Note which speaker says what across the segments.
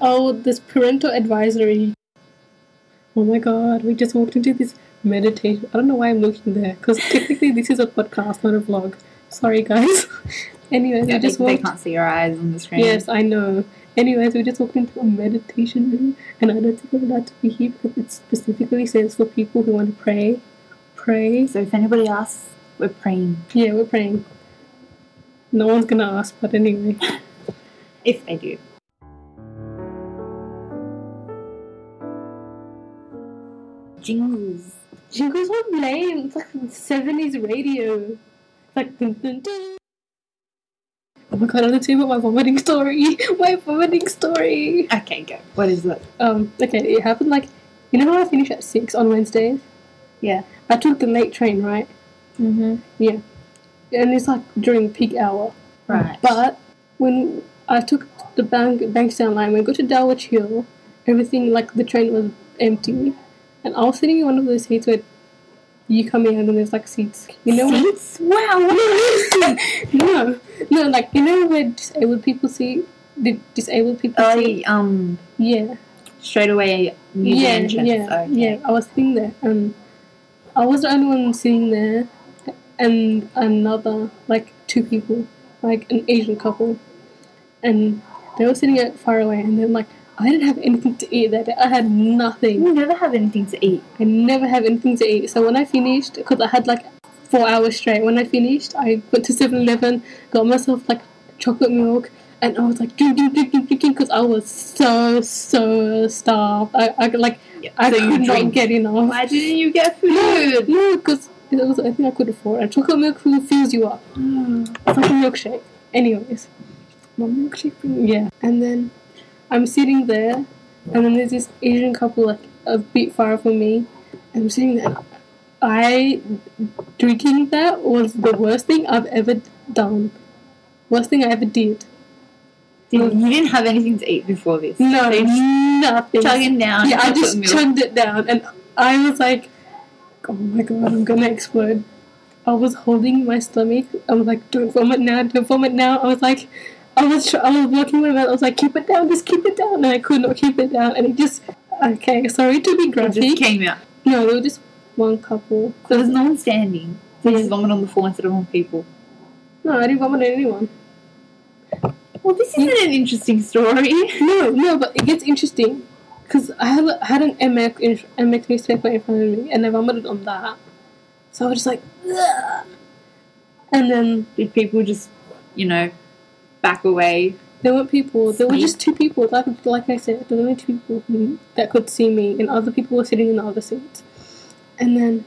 Speaker 1: Oh, this parental advisory. Oh my god, we just walked into this meditation. I don't know why I'm looking there because technically this is a podcast, not a vlog. Sorry, guys. Anyways,
Speaker 2: Yeah,
Speaker 1: we
Speaker 2: they,
Speaker 1: just
Speaker 2: they
Speaker 1: walked.
Speaker 2: can't see your eyes on the screen.
Speaker 1: Yes, I know. Anyways, we just walked into a meditation room, and I don't think I'm allowed to be here because it specifically says for people who want to pray. Pray.
Speaker 2: So if anybody asks, we're praying.
Speaker 1: Yeah, we're praying. No one's gonna ask, but anyway.
Speaker 2: If they do. Jingles.
Speaker 1: Jingles were lame. It's like 70s radio. It's like dun dun dun. Oh my god, I don't tell you about my vomiting story. My vomiting story.
Speaker 2: Okay, go. What is it?
Speaker 1: Um, okay, it happened like you know how I finish at six on Wednesdays?
Speaker 2: Yeah.
Speaker 1: I took the late train, right?
Speaker 2: Mm-hmm.
Speaker 1: And it's like during peak hour.
Speaker 2: Right.
Speaker 1: But when I took the bank Bankstown line, when I got to Dulwich Hill, everything like the train was empty, and I was sitting in one of those seats where you come in and then there's like seats. You know, when-
Speaker 2: seats? Wow, what are these?
Speaker 1: no, no, like you know where disabled people see the disabled people
Speaker 2: Oh,
Speaker 1: see.
Speaker 2: the, um,
Speaker 1: Yeah,
Speaker 2: straight away music
Speaker 1: yeah,
Speaker 2: entrance.
Speaker 1: yeah,
Speaker 2: okay.
Speaker 1: yeah. I was sitting there, and I was the only one sitting there, and another like two people, like an Asian couple, and they were sitting out far away, and they're like, I didn't have anything to eat that day. I had nothing.
Speaker 2: You never have anything to eat.
Speaker 1: I never have anything to eat. So when I finished, because I had like four hours straight, when I finished, I went to 7-Eleven, got myself like chocolate milk. And I was like drinking, drinking, drinking, because I was so, so starved. I, I like, I
Speaker 2: so you
Speaker 1: could not
Speaker 2: drink.
Speaker 1: get enough.
Speaker 2: Why didn't you get food?
Speaker 1: No, because it was I think I could afford. And chocolate milk really fills you up.
Speaker 2: Mm.
Speaker 1: It's like a milkshake. Anyways, my milkshake. Thing. Yeah. And then I'm sitting there, and then there's this Asian couple like a bit far from me, and I'm sitting there. I drinking that was the worst thing I've ever done. Worst thing I ever did.
Speaker 2: Did- you didn't have anything to eat before this.
Speaker 1: No,
Speaker 2: So you
Speaker 1: nothing.
Speaker 2: chugging down.
Speaker 1: yeah, I
Speaker 2: chocolate
Speaker 1: just
Speaker 2: milk.
Speaker 1: chugged it down, and I was like, "Oh my god, I'm gonna explode!" I was holding my stomach. I was like, "Don't vomit now! Don't vomit now!" I was like, I was tr- I was walking my mouth. I was like, "Keep it down! Just keep it down!" And I could not keep it down, and it just okay. Sorry to be
Speaker 2: It just
Speaker 1: graphic.
Speaker 2: came out.
Speaker 1: No, they were just one couple.
Speaker 2: So there's no one standing. So you just vomit on the floor instead of on people.
Speaker 1: No, I didn't vomit on anyone.
Speaker 2: Well, this isn't an interesting story.
Speaker 1: No, no, but it gets interesting because I had, I had an MX, in, MX newspaper in front of me and I vomited on that. So I was just like, "Ugh." and then
Speaker 2: Did people just, you know, back away?
Speaker 1: there weren't people. There were
Speaker 2: Sleep.
Speaker 1: just two people. Like like I said, there were only two people who, that could see me, and other people were sitting in the other seats. And then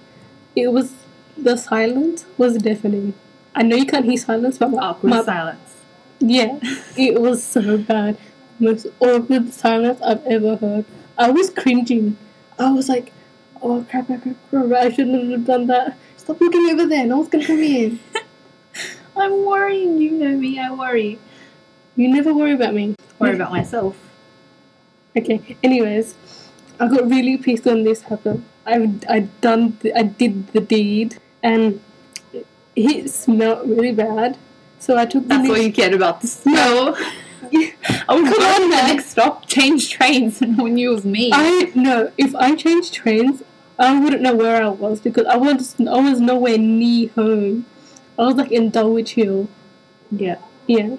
Speaker 1: it was the silence was deafening. I know you can't hear silence, but my,
Speaker 2: Awkward
Speaker 1: my
Speaker 2: silence.
Speaker 1: Yeah, it was so bad. Most awkward silence I've ever heard. I was cringing. I was like, oh crap, crap, crap, crap, I shouldn't have done that. Stop looking over there, no one's gonna come in.
Speaker 2: I'm worrying. You know me. I worry.
Speaker 1: You never worry about me.
Speaker 2: Worry about myself.
Speaker 1: Okay, anyways, I got really pissed when this happened. I've, I done, th- I did the deed, and it smelled really bad. So I took the
Speaker 2: That's all
Speaker 1: next-
Speaker 2: you cared about. The smell.
Speaker 1: Yeah.
Speaker 2: I would
Speaker 1: Come
Speaker 2: go
Speaker 1: on,
Speaker 2: to the
Speaker 1: man.
Speaker 2: next stop, change trains, and no one knew it was me.
Speaker 1: I no. If I changed trains, I wouldn't know where I was because I was I was nowhere near home. I was like in Dulwich Hill.
Speaker 2: yeah.
Speaker 1: Yeah.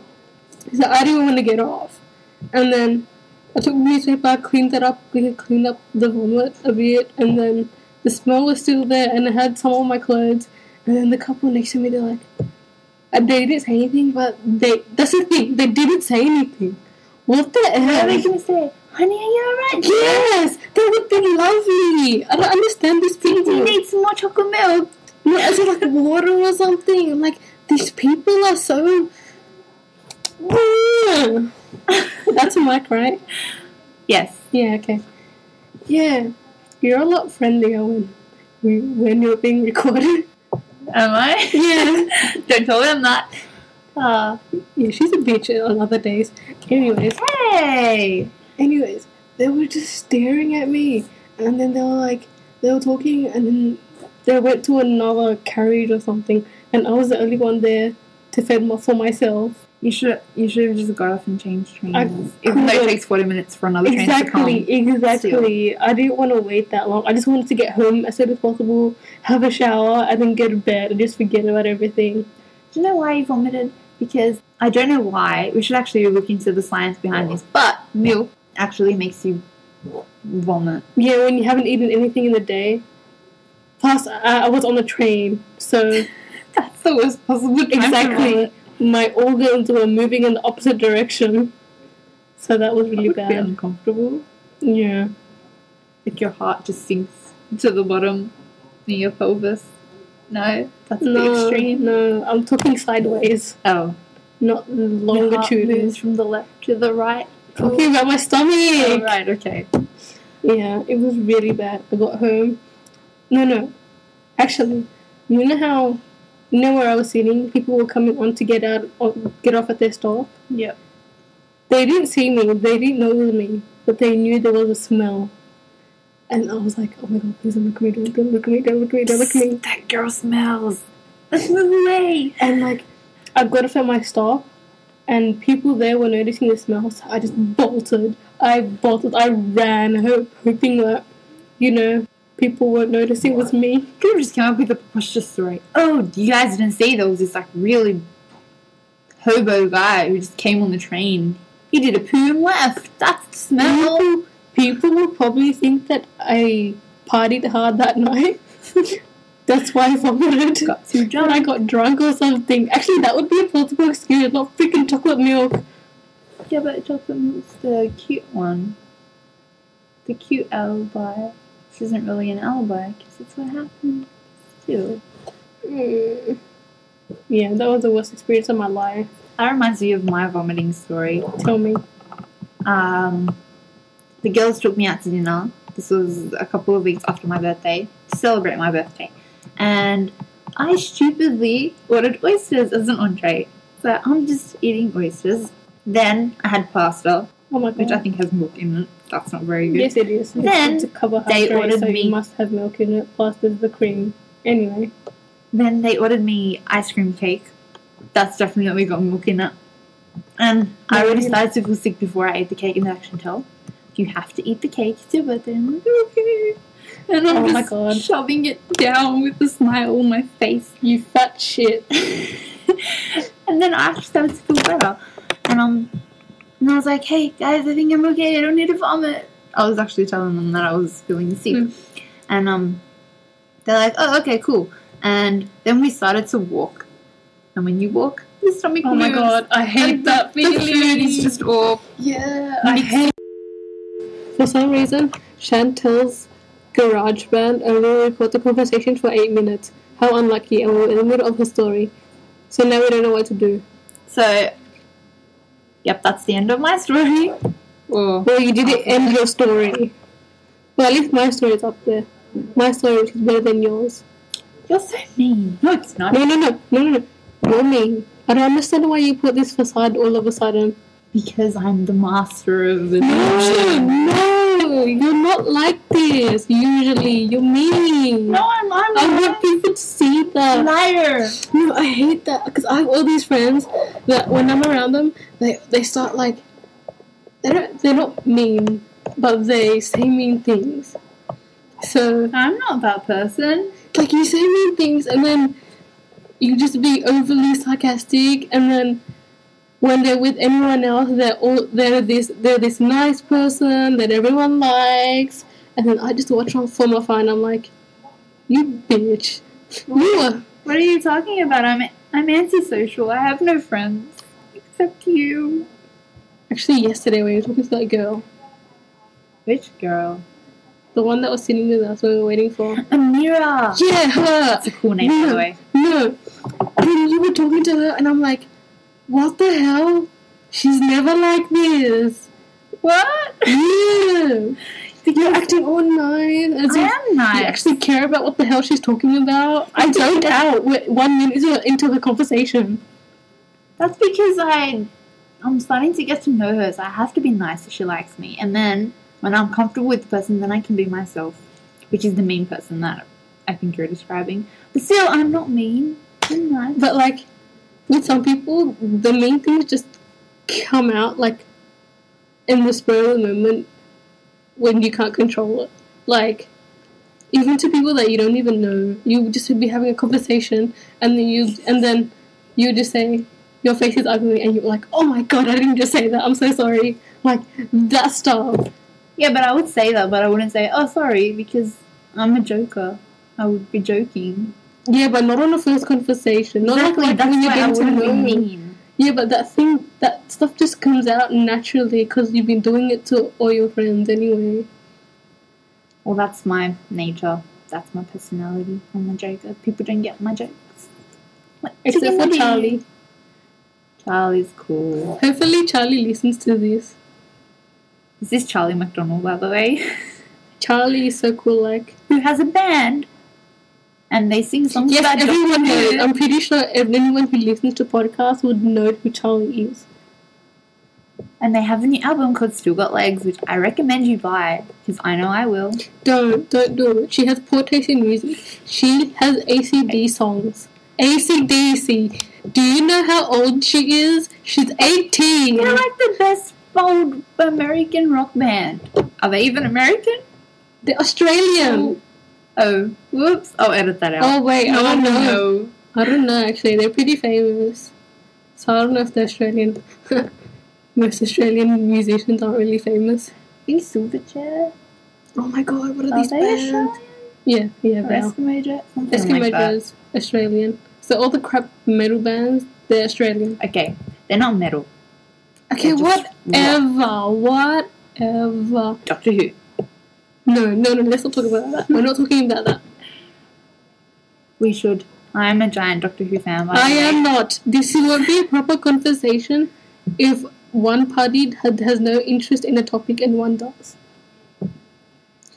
Speaker 1: So I didn't want to get off. And then I took the newspaper, cleaned it up, we had cleaned up the vomit a bit, and then the smell was still there, and I had some of my clothes. And then the couple next to me, they're like, uh, they didn't say anything, but they, that's the thing, they didn't say anything. What the hell?
Speaker 2: gonna say, honey, are you alright?
Speaker 1: Yes, that would be lovely. I don't understand these people.
Speaker 2: some more chocolate milk?
Speaker 1: No, is it like water or something? I'm Like these people are so. That's a mic, right?
Speaker 2: Yes.
Speaker 1: Yeah. Okay. Yeah, you're a lot friendlier when when- when you're being recorded.
Speaker 2: Am I?
Speaker 1: Yeah.
Speaker 2: Don't tell them that. Uh,
Speaker 1: Yeah, she's a bitch on other days. Anyways,
Speaker 2: hey!
Speaker 1: anyways, they were just staring at me, and then they were like, they were talking, and then they went to another carriage or something, and I was the only one there to fend for myself.
Speaker 2: You should you should have just got off and changed trains.
Speaker 1: I
Speaker 2: Even though it
Speaker 1: couldn't.
Speaker 2: takes forty minutes for another train to
Speaker 1: Exactly, exactly. I didn't want to wait that long. I just wanted to get home as soon as possible, have a shower, and then go to bed and just forget about everything.
Speaker 2: come. Do you know why you vomited? Because I don't know why. We should actually look into the science behind this. But milk actually makes you vomit.
Speaker 1: Yeah, when you haven't eaten anything in the day. Plus, I, I was on a train, so
Speaker 2: That's the worst possible time. to
Speaker 1: exactly
Speaker 2: vomit.
Speaker 1: my organs were moving in the opposite direction. So that was
Speaker 2: That
Speaker 1: really
Speaker 2: would be
Speaker 1: bad.
Speaker 2: uncomfortable.
Speaker 1: Yeah.
Speaker 2: Like your heart just sinks to the bottom near your pelvis. No, that's a bit
Speaker 1: No,
Speaker 2: extreme.
Speaker 1: no, I'm talking sideways,
Speaker 2: Oh,
Speaker 1: not
Speaker 2: Your heart moves
Speaker 1: longitude.
Speaker 2: from the left to the right.
Speaker 1: Talking about my
Speaker 2: Oh,
Speaker 1: stomach.
Speaker 2: right, okay.
Speaker 1: Yeah, it was really bad. I got home. No, no. Actually, you know how, you know where I was sitting. People were coming on to get out, or get off at their stop.
Speaker 2: Yep.
Speaker 1: They didn't see me. They didn't notice me, but they knew there was a smell. And I was like, oh my god, please don't look at me, don't, don't look at me, don't look at me, don't look at me.
Speaker 2: That girl smells. Let's move away.
Speaker 1: And like, I got off at my stop, and people there were noticing the smell, so I just bolted. I bolted, I ran, hope, hoping that, you know, people won't notice it was me.
Speaker 2: Could have just come up with a preposterous story. Oh, you guys didn't see there was this like really hobo guy who just came on the train. He did a poo and left. That's the smell.
Speaker 1: People, people will probably think that I partied hard that night. That's why I vomited.
Speaker 2: Got too
Speaker 1: When I
Speaker 2: drunk.
Speaker 1: got drunk or something. Actually, that would be a plausible excuse. Not freaking chocolate milk.
Speaker 2: Yeah, but chocolate milk's the cute one. The cute alibi. This isn't really an alibi because it's what happened. Still.
Speaker 1: Mm. Yeah, that was the worst experience of my life.
Speaker 2: That reminds me of my vomiting story.
Speaker 1: Tell me.
Speaker 2: um, the girls took me out to dinner. This was a couple of weeks after my birthday to celebrate my birthday, and I stupidly ordered oysters as an entree. So I'm just eating oysters. Then I had pasta,
Speaker 1: Oh my
Speaker 2: which I
Speaker 1: god.
Speaker 2: think has milk in it. That's not very good.
Speaker 1: Yes, it is.
Speaker 2: Then
Speaker 1: it's a carbohydrate,
Speaker 2: they ordered
Speaker 1: so
Speaker 2: me-
Speaker 1: you must have milk in it. Plus, there's the cream. Anyway,
Speaker 2: Then they ordered me ice cream cake. That's definitely got milk in it. And I already started to feel sick before I ate the cake, and they actually tell you have to eat the cake. It's your birthday. I'm like, okay. And I'm
Speaker 1: Oh my
Speaker 2: just
Speaker 1: God.
Speaker 2: shoving it down with a smile on my face.
Speaker 1: you fat shit.
Speaker 2: and then I actually started to feel better. And um, and I was like, hey guys, I think I'm okay. I don't need to vomit. I was actually telling them that I was feeling sick,
Speaker 1: Mm.
Speaker 2: and um, they're like, oh okay, cool. And then we started to walk, and when you walk, your stomach
Speaker 1: Oh my
Speaker 2: moves.
Speaker 1: god, I hate
Speaker 2: And
Speaker 1: that
Speaker 2: the,
Speaker 1: feeling.
Speaker 2: The food is just all
Speaker 1: Yeah, I hate. For some reason, Chantel's garage band only record the conversation for eight minutes. How unlucky! And we were in the middle of her story, so now we don't know what to do.
Speaker 2: so. Yep, that's the end of my story. Oh.
Speaker 1: Well, you didn't end your story. Well, at least my story is up there. My story is better than yours.
Speaker 2: You're so mean. No, it's not.
Speaker 1: No, no, no, no, no, no. You're mean. I don't understand why you put this facade all of a sudden.
Speaker 2: Because I'm the master of the
Speaker 1: No, no, you're not like this. Usually, you're mean.
Speaker 2: No, I'm, I'm
Speaker 1: I
Speaker 2: a
Speaker 1: want people to see that.
Speaker 2: liar.
Speaker 1: No, I hate that because I have all these friends that when I'm around them, they they start like they don't they're not mean, but they say mean things. So
Speaker 2: I'm not that person.
Speaker 1: like you say mean things, and then you just be overly sarcastic, and then when they're with anyone else, they're all they're this they're this nice person that everyone likes, and then I just watch them from afar, and I'm like, you bitch, you are.
Speaker 2: What are you talking about? I'm I'm antisocial. I have no friends except you.
Speaker 1: Actually, yesterday when you were talking to that girl,
Speaker 2: Which girl?
Speaker 1: the one that was sitting with us, we were waiting for.
Speaker 2: Amira.
Speaker 1: Yeah, her.
Speaker 2: That's a cool name, by the way.
Speaker 1: No, then you were talking to her, and I'm like, what the hell? She's never like this.
Speaker 2: What?
Speaker 1: Yeah, you're acting all nice as
Speaker 2: I
Speaker 1: if
Speaker 2: am nice.
Speaker 1: you actually care about what the hell she's talking about. I don't out. We're one minute into- into the conversation.
Speaker 2: That's because I I'm starting to get to know her, so I have to be nice if she likes me. And then when I'm comfortable with the person, then I can be myself, which is the mean person that I think you're describing. But still, I'm not mean. I'm nice.
Speaker 1: But like, with some people, the main things just come out like in the spur of the moment when you can't control it. Like, even to people that you don't even know, you just would be having a conversation, and then you and then you just say your face is ugly, and you're like, oh my god, I didn't just say that. I'm so sorry. Like that stuff.
Speaker 2: Yeah, but I would say that, but I wouldn't say, oh, sorry, because I'm a joker. I would be joking.
Speaker 1: Yeah, but not on a first conversation. Not like, like when you're
Speaker 2: why I
Speaker 1: getting to
Speaker 2: wouldn't be
Speaker 1: know me.
Speaker 2: mean.
Speaker 1: Yeah, but that thing, that stuff just comes out naturally because you've been doing it to all your friends anyway.
Speaker 2: Well, that's my nature. That's my personality. I'm a joker. People don't get my jokes. What
Speaker 1: Except for
Speaker 2: chicken do?
Speaker 1: Charlie.
Speaker 2: Charlie's cool.
Speaker 1: Hopefully, Charlie listens to this.
Speaker 2: This is Charlie McDonald, by the way,
Speaker 1: Charlie is so cool. Like,
Speaker 2: who has a band, and they sing songs
Speaker 1: yes,
Speaker 2: about
Speaker 1: everyone
Speaker 2: doctors.
Speaker 1: knows. I'm pretty sure ev- anyone who listens to podcasts would know who Charlie is.
Speaker 2: And they have a new album called Still Got Legs, which I recommend you buy because I know I will.
Speaker 1: Don't, don't do it. She has poor taste in music. She has ACD songs. ACDC. Do you know how old she is? She's 18.
Speaker 2: They're like the best old American rock band. Are they even American?
Speaker 1: They're Australian.
Speaker 2: Oh, whoops. I'll edit that out.
Speaker 1: Oh, wait,
Speaker 2: no,
Speaker 1: I don't
Speaker 2: one will
Speaker 1: know. I don't know actually. They're pretty famous. So I don't know if they're Australian. Most Australian musicians aren't really famous.
Speaker 2: These Silverchair?
Speaker 1: Oh my god, what are,
Speaker 2: Are
Speaker 1: these
Speaker 2: they
Speaker 1: bands?
Speaker 2: Australian?
Speaker 1: Yeah, yeah,
Speaker 2: Or
Speaker 1: they are.
Speaker 2: Eskimo Jet? Something
Speaker 1: Eskimo
Speaker 2: like that.
Speaker 1: Joe's Australian. So all the crap metal bands, they're Australian.
Speaker 2: Okay, they're not metal.
Speaker 1: Okay,
Speaker 2: They're just
Speaker 1: whatever, whatever.
Speaker 2: Doctor Who.
Speaker 1: No, no, no. Let's not talk about that. We're not talking about that.
Speaker 2: We should. I'm a giant Doctor Who fan. by the
Speaker 1: I
Speaker 2: way.
Speaker 1: am not. This would be a proper conversation if one party had, has no interest in a topic and one does.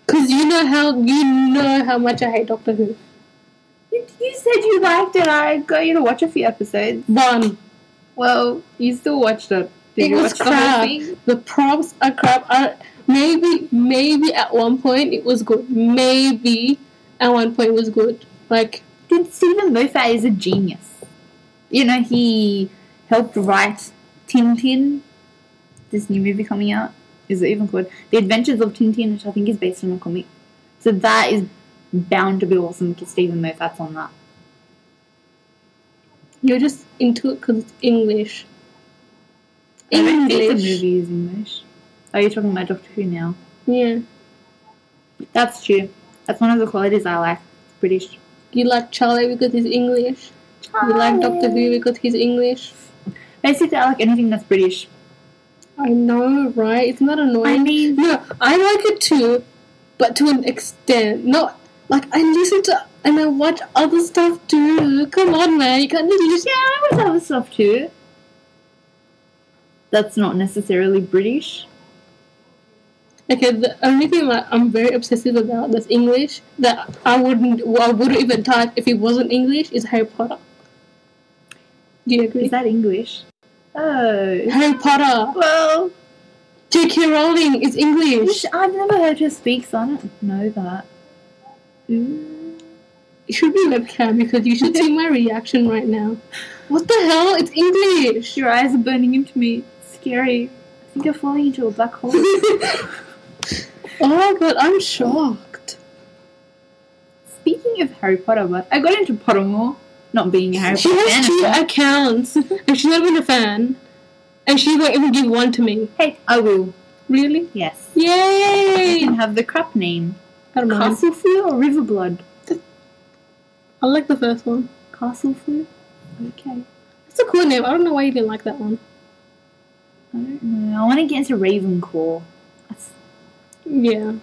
Speaker 1: Because you know how you know how much I hate Doctor Who.
Speaker 2: You, you said you liked it. I got you to watch a few episodes.
Speaker 1: One,
Speaker 2: Well, you still watched it. Did
Speaker 1: It
Speaker 2: you
Speaker 1: was
Speaker 2: watch the whole
Speaker 1: crap.
Speaker 2: thing?
Speaker 1: the props are crap. Are maybe maybe at one point it was good. Maybe at one point it was good. Like
Speaker 2: Dude, Stephen Moffat is a genius. You know, he helped write Tintin, this new movie coming out. Is it even called The Adventures of Tintin, which I think is based on a comic. So that is bound to be awesome because Stephen Moffat's on that.
Speaker 1: you're just into it because it's English.
Speaker 2: I don't think the
Speaker 1: English.
Speaker 2: movie is English. Are you talking about Doctor Who now?
Speaker 1: Yeah.
Speaker 2: That's true. That's one of the qualities I like. It's British.
Speaker 1: You like Charlie because he's English. You like Doctor Who because he's English.
Speaker 2: Basically, I like anything that's British.
Speaker 1: I know, right? Isn't that
Speaker 2: I
Speaker 1: annoying?
Speaker 2: mean,
Speaker 1: no, I like it too, but to an extent. Not like I listen to and I watch other stuff too. Come on, man, you can't just listen.
Speaker 2: yeah, I was other stuff too. That's not necessarily British.
Speaker 1: Okay, the only thing that I'm very obsessive about that's English that I wouldn't, well, I wouldn't even touch if it wasn't English is Harry Potter. Do you agree?
Speaker 2: Is that English? Oh.
Speaker 1: Harry Potter.
Speaker 2: Well,
Speaker 1: J.K. Rowling is English.
Speaker 2: I've never heard her speak, so I don't know that. Ooh.
Speaker 1: It should be webcam because you should see my reaction right now. What the hell? It's English.
Speaker 2: Your eyes are burning into me. It's scary. I think you're falling into a black hole.
Speaker 1: Oh my god, I'm shocked.
Speaker 2: Speaking of Harry Potter, but I got into Pottermore, not being a Harry
Speaker 1: She
Speaker 2: Potter
Speaker 1: has two
Speaker 2: fan.
Speaker 1: accounts, and she's not even a fan, and she won't even give one to me.
Speaker 2: Hey, I will.
Speaker 1: Really?
Speaker 2: Yes. You
Speaker 1: Yay!
Speaker 2: can have the crap name.
Speaker 1: I don't know.
Speaker 2: Castle Flu or Riverblood?
Speaker 1: I like the first one.
Speaker 2: Castle Flu? Okay.
Speaker 1: It's a cool name. I don't know why you didn't like that one.
Speaker 2: I don't know. I want to get into Ravenclaw. That's,
Speaker 1: Yeah.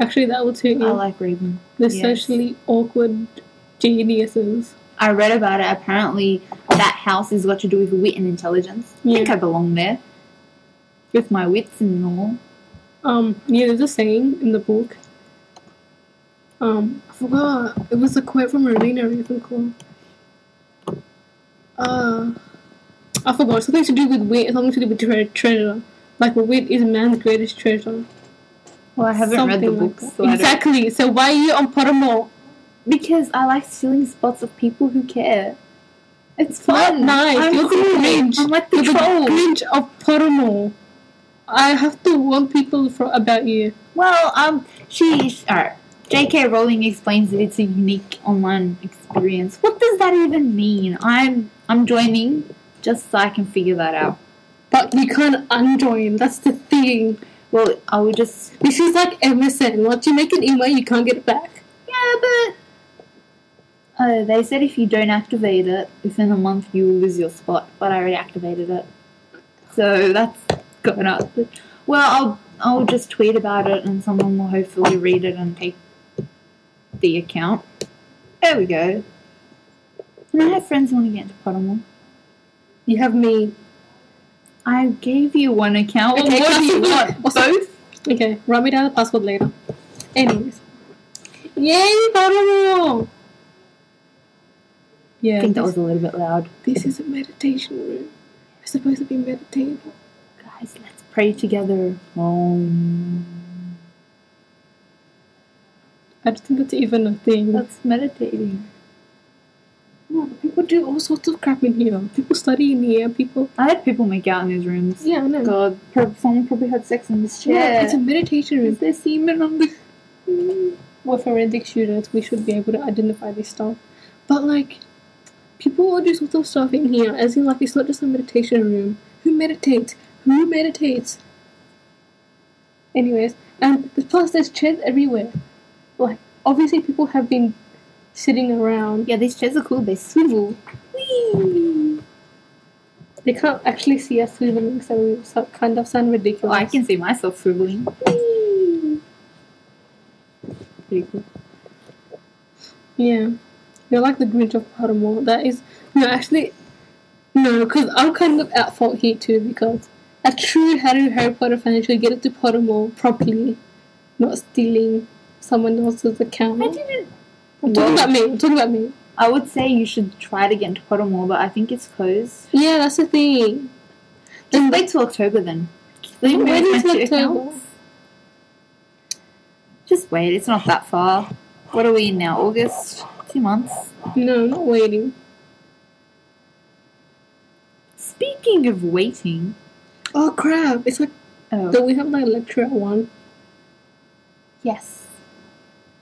Speaker 1: Actually, that will suit
Speaker 2: I
Speaker 1: you.
Speaker 2: like Raven.
Speaker 1: The
Speaker 2: yes.
Speaker 1: socially awkward geniuses.
Speaker 2: I read about it. Apparently, that house has got to do with wit and intelligence. I think
Speaker 1: Yeah.
Speaker 2: I belong there with my wits and all.
Speaker 1: Um, yeah, there's a saying in the book. Um, I forgot. It was a quote from Rowena Ravenclaw. Uh, I forgot. Something to do with wit and something to do with tre- treasure. Like, wit is man's greatest treasure.
Speaker 2: Well, I haven't read
Speaker 1: Something
Speaker 2: the
Speaker 1: like
Speaker 2: books,
Speaker 1: that.
Speaker 2: so I don't-
Speaker 1: exactly. So why are you on Pottermore?
Speaker 2: because I like stealing spots of people who care. It's
Speaker 1: Not
Speaker 2: fun.
Speaker 1: nice.
Speaker 2: I'm
Speaker 1: Look at the
Speaker 2: cool.
Speaker 1: range.
Speaker 2: I'm like the
Speaker 1: You're the
Speaker 2: troll.
Speaker 1: Grinch of Porno. I have to warn people for about you.
Speaker 2: Well, um, she's. Alright. J.K. Rowling explains that it's a unique online experience. What does that even mean? I'm I'm joining just so I can figure that out.
Speaker 1: But you can't unjoin. That's the thing.
Speaker 2: Well, I will just
Speaker 1: This is like MSN. Once you make an email, you can't get it back.
Speaker 2: yeah, but oh, they said if you don't activate it within a month, you will lose your spot. But I already activated it, so that's going up. Well, I'll I'll just tweet about it, and someone will hopefully read it and take the account. There we go. And I have friends who want to get into Pottermore.
Speaker 1: You have me.
Speaker 2: I gave you one account.
Speaker 1: Okay,
Speaker 2: what do you
Speaker 1: classified.
Speaker 2: want? Both?
Speaker 1: Okay, write me down the password later. Anyways. Yay, Porno! Yeah.
Speaker 2: I think
Speaker 1: this-
Speaker 2: that was a little bit loud.
Speaker 1: This is a meditation room. We're supposed to be meditating.
Speaker 2: Guys, let's pray together. Om.
Speaker 1: I don't think that's even a thing.
Speaker 2: That's meditating.
Speaker 1: No, people do all sorts of crap in here. People study in here. People.
Speaker 2: I had people make out in these rooms.
Speaker 1: Yeah, I know.
Speaker 2: God, prob- someone probably had sex in this
Speaker 1: Yeah,
Speaker 2: chair.
Speaker 1: it's a meditation room.
Speaker 2: Is there semen on the?
Speaker 1: We're forensic students. We should be able to identify this stuff. But like, people all do sorts of stuff in here. As in, like, it's not just a meditation room. Who meditates? Who meditates? Anyways, and plus there's chairs everywhere. Like, obviously people have been sitting around.
Speaker 2: Yeah, these chairs are cool. They swivel. Whee!
Speaker 1: They can't actually see us swiveling, so we so- kind of sound ridiculous.
Speaker 2: Well, Oh, I can see myself swiveling.
Speaker 1: Whee!
Speaker 2: Pretty cool.
Speaker 1: Yeah, you're like the Grinch of Pottermore. That is no, actually, no, because I'm kind of at fault here too. Because a true Harry Harry Potter fan should get it to Pottermore properly, not stealing someone else's account.
Speaker 2: I didn't.
Speaker 1: I'm talking
Speaker 2: Whoa.
Speaker 1: about me. I'm talking about me.
Speaker 2: I would say you should try to get into Pottermore, but I think it's closed.
Speaker 1: Yeah, that's the thing.
Speaker 2: Just wait till October then. Then
Speaker 1: Wait
Speaker 2: move
Speaker 1: until
Speaker 2: into
Speaker 1: October.
Speaker 2: accounts. Just wait. It's not that far. What are we in now? August. Two months.
Speaker 1: No, I'm not waiting.
Speaker 2: Speaking of waiting,
Speaker 1: Oh crap! It's like
Speaker 2: oh.
Speaker 1: that we have like a lecture at one.
Speaker 2: Yes.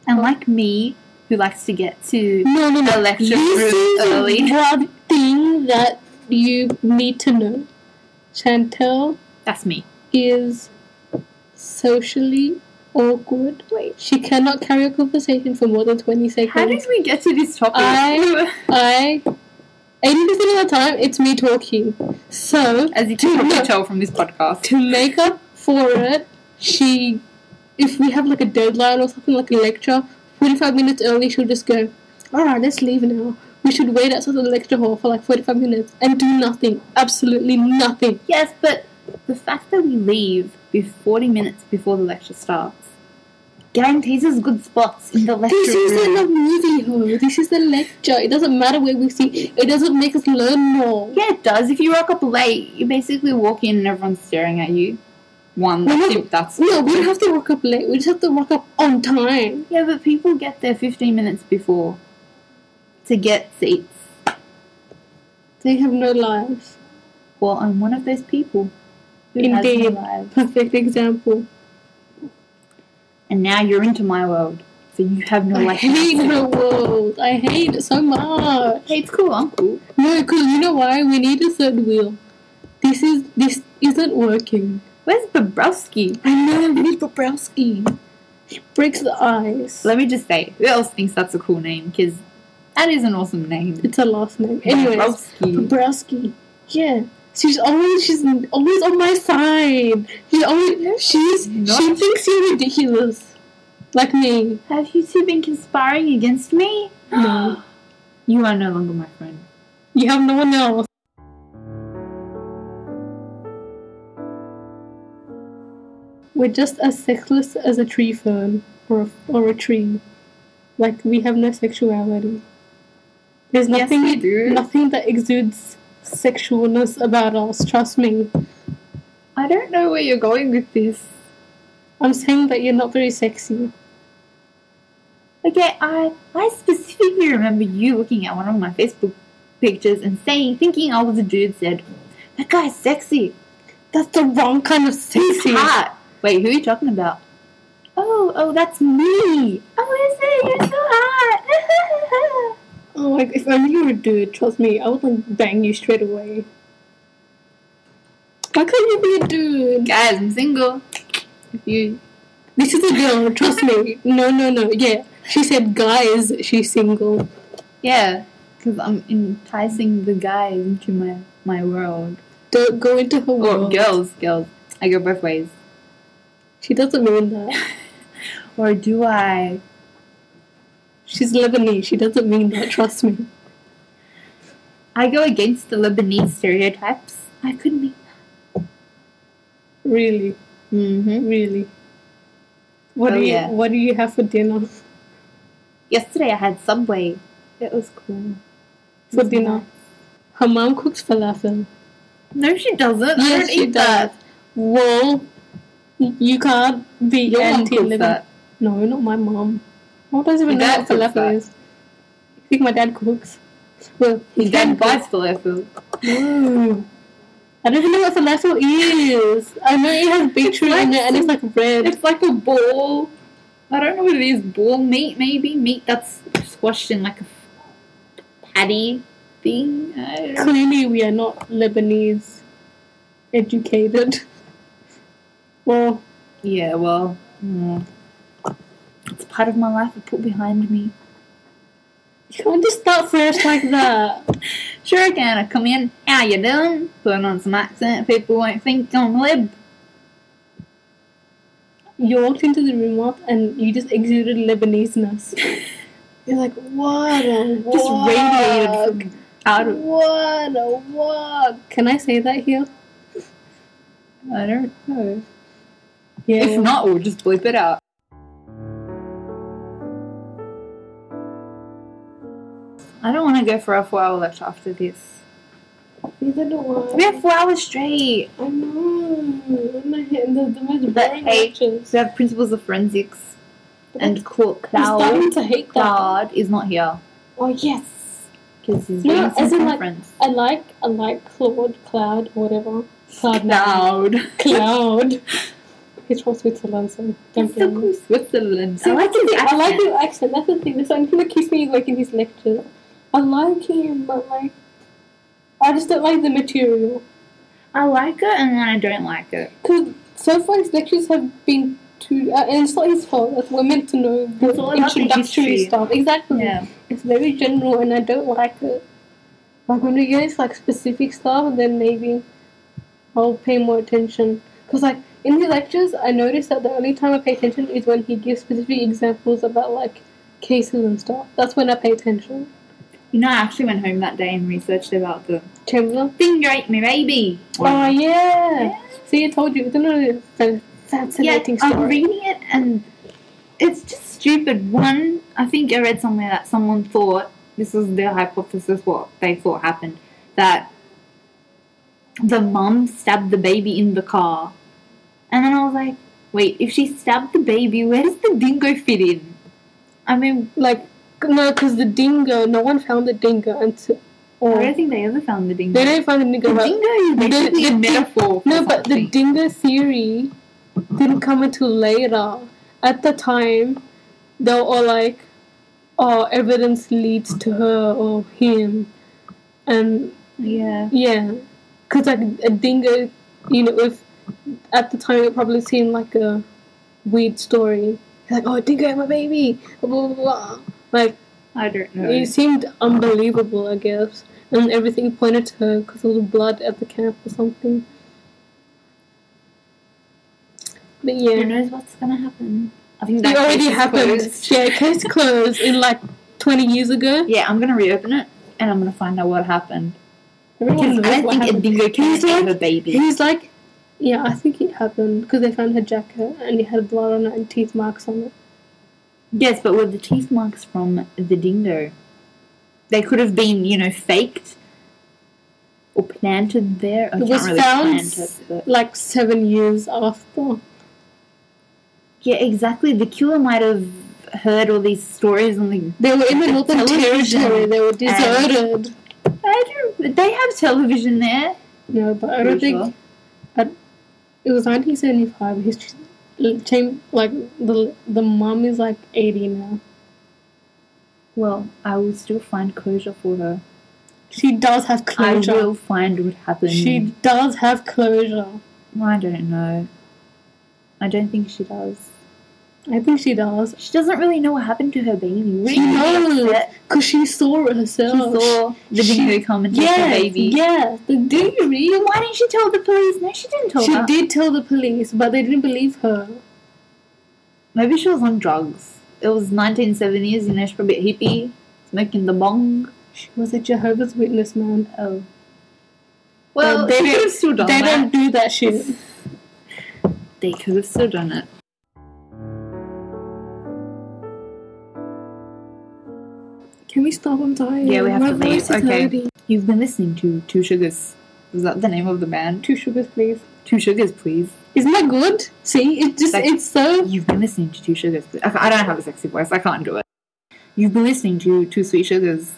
Speaker 2: And like me, who likes to get to
Speaker 1: No, no,
Speaker 2: a
Speaker 1: no.
Speaker 2: lecture
Speaker 1: This
Speaker 2: room
Speaker 1: is
Speaker 2: early.
Speaker 1: one thing that you need to know. Chantel
Speaker 2: That's me.
Speaker 1: is socially awkward. Wait. She cannot carry a conversation for more than 20
Speaker 2: How did
Speaker 1: seconds.
Speaker 2: we get to this topic?
Speaker 1: I- I. 80% of the time, it's me talking. So,
Speaker 2: As you can
Speaker 1: No.
Speaker 2: probably tell from this podcast.
Speaker 1: to make up for it, she. If we have like a deadline or something like a lecture, 45 minutes early, she'll just go, alright, let's leave now. We should wait outside the lecture hall for like 45 minutes and do nothing. Absolutely nothing.
Speaker 2: Yes, but the fact that we leave be 40 minutes before the lecture starts guarantees us good spots in the lecture
Speaker 1: This
Speaker 2: room.
Speaker 1: isn't a movie, ho. This is a lecture. It doesn't matter where we see. It doesn't make us learn more.
Speaker 2: yeah, it does. If you rock up late, you basically walk in and everyone's staring at you. One,
Speaker 1: Well,
Speaker 2: that's,
Speaker 1: no.
Speaker 2: it, that's
Speaker 1: No, we don't have to rock up late. We just have to rock up on time.
Speaker 2: Yeah, but people get there 15 minutes before to get seats.
Speaker 1: They have no lives.
Speaker 2: Well, I'm one of those people who has no
Speaker 1: Indeed.
Speaker 2: lives.
Speaker 1: Perfect example.
Speaker 2: And now you're into my world, so you have no
Speaker 1: I
Speaker 2: life.
Speaker 1: hate her world. I hate it so much.
Speaker 2: Hey, it's cool, I'm cool.
Speaker 1: No, because you know why? We need a third wheel. This is this isn't working.
Speaker 2: Where's Bobrowski?
Speaker 1: I know Lily Bobrowski. She breaks the ice.
Speaker 2: Let me just say, who else thinks that's a cool name? Because that is an awesome name.
Speaker 1: It's her last name. Anyways.
Speaker 2: Bobrowski.
Speaker 1: Bobrowski. Yeah. She's always she's always on my side. She's always she's she
Speaker 2: not.
Speaker 1: thinks you're ridiculous. Like me.
Speaker 2: Have you two been conspiring against me?
Speaker 1: No.
Speaker 2: You are no longer my friend.
Speaker 1: You have no one else. We're just as sexless as a tree fern or a, or a tree. Like we have no sexuality. There's
Speaker 2: Yes,
Speaker 1: nothing
Speaker 2: we do.
Speaker 1: nothing that exudes sexualness about us, trust me.
Speaker 2: I don't know where you're going with this.
Speaker 1: I'm saying that you're not very sexy.
Speaker 2: Okay, I I specifically remember you looking at one of my Facebook pictures and saying, thinking I was a dude, said, "That guy's sexy.
Speaker 1: That's the wrong kind of
Speaker 2: He's
Speaker 1: sexy.
Speaker 2: hot." Wait, who are you talking about? Oh, oh, that's me. Oh, is it? You're so hot.
Speaker 1: Oh, like, if only you were a dude, trust me, I would like bang you straight away. Why can't you be a dude?
Speaker 2: Guys, I'm single. If you
Speaker 1: This is a girl, trust me. No, no, no. Yeah, she said, guys, she's single.
Speaker 2: Yeah, because I'm enticing the guys into my my world.
Speaker 1: Don't go into her
Speaker 2: Or
Speaker 1: world.
Speaker 2: girls, girls. I go both ways.
Speaker 1: She doesn't mean that.
Speaker 2: Or do I?
Speaker 1: She's Lebanese. She doesn't mean that. Trust me.
Speaker 2: I go against the Lebanese stereotypes. I could mean.
Speaker 1: Really,
Speaker 2: Mm-hmm.
Speaker 1: really. What
Speaker 2: Oh,
Speaker 1: do you
Speaker 2: yeah.
Speaker 1: What do you have for dinner?
Speaker 2: Yesterday I had Subway. It was cool.
Speaker 1: For dinner, her mom cooks falafel.
Speaker 2: No, she doesn't. I
Speaker 1: Yes,
Speaker 2: don't
Speaker 1: she
Speaker 2: eat that.
Speaker 1: Well, you can't be
Speaker 2: Your mom
Speaker 1: anti
Speaker 2: cooks
Speaker 1: Lebanese.
Speaker 2: that.
Speaker 1: No, not my mom. Mom doesn't even
Speaker 2: Your
Speaker 1: know
Speaker 2: dad
Speaker 1: what
Speaker 2: cooks
Speaker 1: falafel
Speaker 2: that.
Speaker 1: is. I think my dad cooks. Well,
Speaker 2: Your
Speaker 1: he can cook.
Speaker 2: dad buys falafel.
Speaker 1: No. I don't even know what falafel is. I know it has beetroot in
Speaker 2: like
Speaker 1: it and it's like red.
Speaker 2: It's like a ball. I don't know what it is. Ball meat, maybe meat that's squashed in like a patty thing. I don't know.
Speaker 1: Clearly, we are not Lebanese educated. Well,
Speaker 2: Yeah, well, mm, it's part of my life I put behind me.
Speaker 1: you can't just start fresh like that.
Speaker 2: Sure, I can. I come in. How you doing? Putting on some accent. People won't think I'm lib.
Speaker 1: You walked into the room up and you just exuded Lebaneseness. You're like, what a
Speaker 2: Just radiated
Speaker 1: walk.
Speaker 2: from out of.
Speaker 1: What a walk. Can I say that here?
Speaker 2: I don't know.
Speaker 1: Yeah.
Speaker 2: If not, we'll just bleep it out. I don't want to go for a four hour lecture after this.
Speaker 1: Neither do I.
Speaker 2: We have four hours straight.
Speaker 1: I know. And I hate the, the most
Speaker 2: But
Speaker 1: boring
Speaker 2: hey,
Speaker 1: lectures.
Speaker 2: We have principles of forensics and court.
Speaker 1: I'm starting
Speaker 2: Cloud.
Speaker 1: to hate that.
Speaker 2: Cloud is not here
Speaker 1: Oh, yes.
Speaker 2: because he's
Speaker 1: No,
Speaker 2: doing some
Speaker 1: as in, like,
Speaker 2: conference.
Speaker 1: I like I like Claude, Cloud, whatever. Cloud now.
Speaker 2: Cloud.
Speaker 1: Cloud. It's from Switzerland, so don't
Speaker 2: It's so
Speaker 1: blame me.
Speaker 2: cool, Switzerland.
Speaker 1: See,
Speaker 2: I like
Speaker 1: that's the thing,
Speaker 2: his
Speaker 1: I like
Speaker 2: accent.
Speaker 1: his accent. That's the thing. That's something that keeps me like in his lectures. I like him, but like, I just don't like the material.
Speaker 2: I like it and then I don't like it.
Speaker 1: Cause so far his lectures have been too, uh, and it's not his fault. That's we're meant to know
Speaker 2: It's all
Speaker 1: the
Speaker 2: about the
Speaker 1: introductory
Speaker 2: history.
Speaker 1: stuff.
Speaker 2: Mm-hmm.
Speaker 1: Exactly. It's very general, and I don't like it. Like when we get into like specific stuff, then maybe I'll pay more attention. Cause like in the lectures, I noticed that the only time I pay attention is when he gives specific examples about like cases and stuff. That's when I pay attention.
Speaker 2: You know, I actually went home that day and researched about the
Speaker 1: Chandler.
Speaker 2: thing you ate me, baby.
Speaker 1: Oh yeah.
Speaker 2: Yeah.
Speaker 1: See, I told you. It's another fa-
Speaker 2: yeah,
Speaker 1: fascinating
Speaker 2: I'm
Speaker 1: story.
Speaker 2: reading it and it's just stupid. One, I think I read somewhere that someone thought this was their hypothesis, what they thought happened, that the mum stabbed the baby in the car. And then I was like, wait, if she stabbed the baby, where does the dingo fit in? I mean,
Speaker 1: like no, because the dingo. No one found the dingo until. Or
Speaker 2: I don't think they ever found the dingo.
Speaker 1: they didn't find the dingo.
Speaker 2: The
Speaker 1: but-
Speaker 2: dingo is
Speaker 1: the-
Speaker 2: basically
Speaker 1: the
Speaker 2: a
Speaker 1: ding-
Speaker 2: metaphor. for
Speaker 1: No, but the
Speaker 2: something.
Speaker 1: dingo theory didn't come until later. At the time, they were all like, "Oh, evidence leads to her or him," and
Speaker 2: yeah.
Speaker 1: yeah, because like a dingo, you know, if at the time it probably seemed like a weird story. Like, oh, dingo, ate my baby, blah blah blah. Like
Speaker 2: I don't know.
Speaker 1: it seemed unbelievable, I guess, and everything pointed to her because there was blood at the camp or something. But
Speaker 2: Who
Speaker 1: yeah,
Speaker 2: knows what's gonna happen? I think
Speaker 1: it
Speaker 2: case
Speaker 1: already
Speaker 2: is
Speaker 1: happened.
Speaker 2: closed.
Speaker 1: Yeah, case closed in like twenty years ago.
Speaker 2: Yeah, I'm gonna reopen it and I'm gonna find out what happened. Because
Speaker 1: Everyone
Speaker 2: I
Speaker 1: knows
Speaker 2: don't
Speaker 1: what
Speaker 2: think a
Speaker 1: happened.
Speaker 2: dingo can
Speaker 1: He's
Speaker 2: have
Speaker 1: like-
Speaker 2: a baby.
Speaker 1: He's like, yeah, I think it happened because they found her jacket and it had blood on it and teeth marks on it.
Speaker 2: Yes, but were the teeth marks from the dingo? They could have been, you know, faked or planted there. I
Speaker 1: It
Speaker 2: can't
Speaker 1: was
Speaker 2: really
Speaker 1: found-
Speaker 2: plant it, but-
Speaker 1: Like seven years after.
Speaker 2: Yeah, exactly. The killer might have heard all these stories and like,
Speaker 1: They were in the Northern
Speaker 2: Television.
Speaker 1: Territory, they were deserted.
Speaker 2: hey, But they have television there.
Speaker 1: No, but I don't
Speaker 2: Pretty
Speaker 1: think
Speaker 2: sure.
Speaker 1: it was 1975. History changed. Like the the mom is like 80 now.
Speaker 2: Well, I will still find closure for her.
Speaker 1: She does have closure.
Speaker 2: I will find what happened.
Speaker 1: She does have closure.
Speaker 2: Well, I don't know. I don't think she does.
Speaker 1: I think she does.
Speaker 2: She doesn't really know what happened to her baby. Really
Speaker 1: She knows
Speaker 2: upset.
Speaker 1: because she saw it
Speaker 2: She
Speaker 1: herself.
Speaker 2: saw the
Speaker 1: She-
Speaker 2: video come and take
Speaker 1: Yes,
Speaker 2: the baby.
Speaker 1: yes. The, did you read?
Speaker 2: Then why didn't she tell the police? No, she didn't tell
Speaker 1: She
Speaker 2: her.
Speaker 1: did tell the police, but they didn't believe her.
Speaker 2: Maybe she was on drugs. It was 1970s, you know, she's probably a hippie, smoking the bong.
Speaker 1: She was a Jehovah's Witness man.
Speaker 2: Oh. Well,
Speaker 1: Well, they
Speaker 2: they
Speaker 1: don't-
Speaker 2: could have still done
Speaker 1: they
Speaker 2: that.
Speaker 1: don't do that shit.
Speaker 2: They could have still done it.
Speaker 1: Can we stop? I'm tired.
Speaker 2: Yeah, we have
Speaker 1: My
Speaker 2: to leave.
Speaker 1: voice is
Speaker 2: Okay.
Speaker 1: hurting.
Speaker 2: You've been listening to Two Sugars. Was that the name of the band?
Speaker 1: Two sugars, please.
Speaker 2: Two Sugars, please.
Speaker 1: Isn't that good? See, it just
Speaker 2: Like-
Speaker 1: it's so
Speaker 2: You've been listening to Two Sugars. Please. I I don't have a sexy voice. I can't do it. You've been listening to Two Sweet Sugars.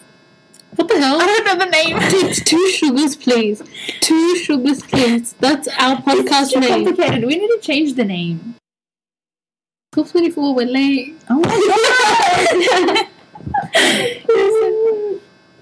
Speaker 1: what the hell?
Speaker 2: I don't know the name.
Speaker 1: It's two sugars, please. Two sugars, please. That's our
Speaker 2: It's
Speaker 1: podcast
Speaker 2: too
Speaker 1: name.
Speaker 2: complicated. We need to change the name.
Speaker 1: Twelve twenty-four. We're late.
Speaker 2: Oh my god!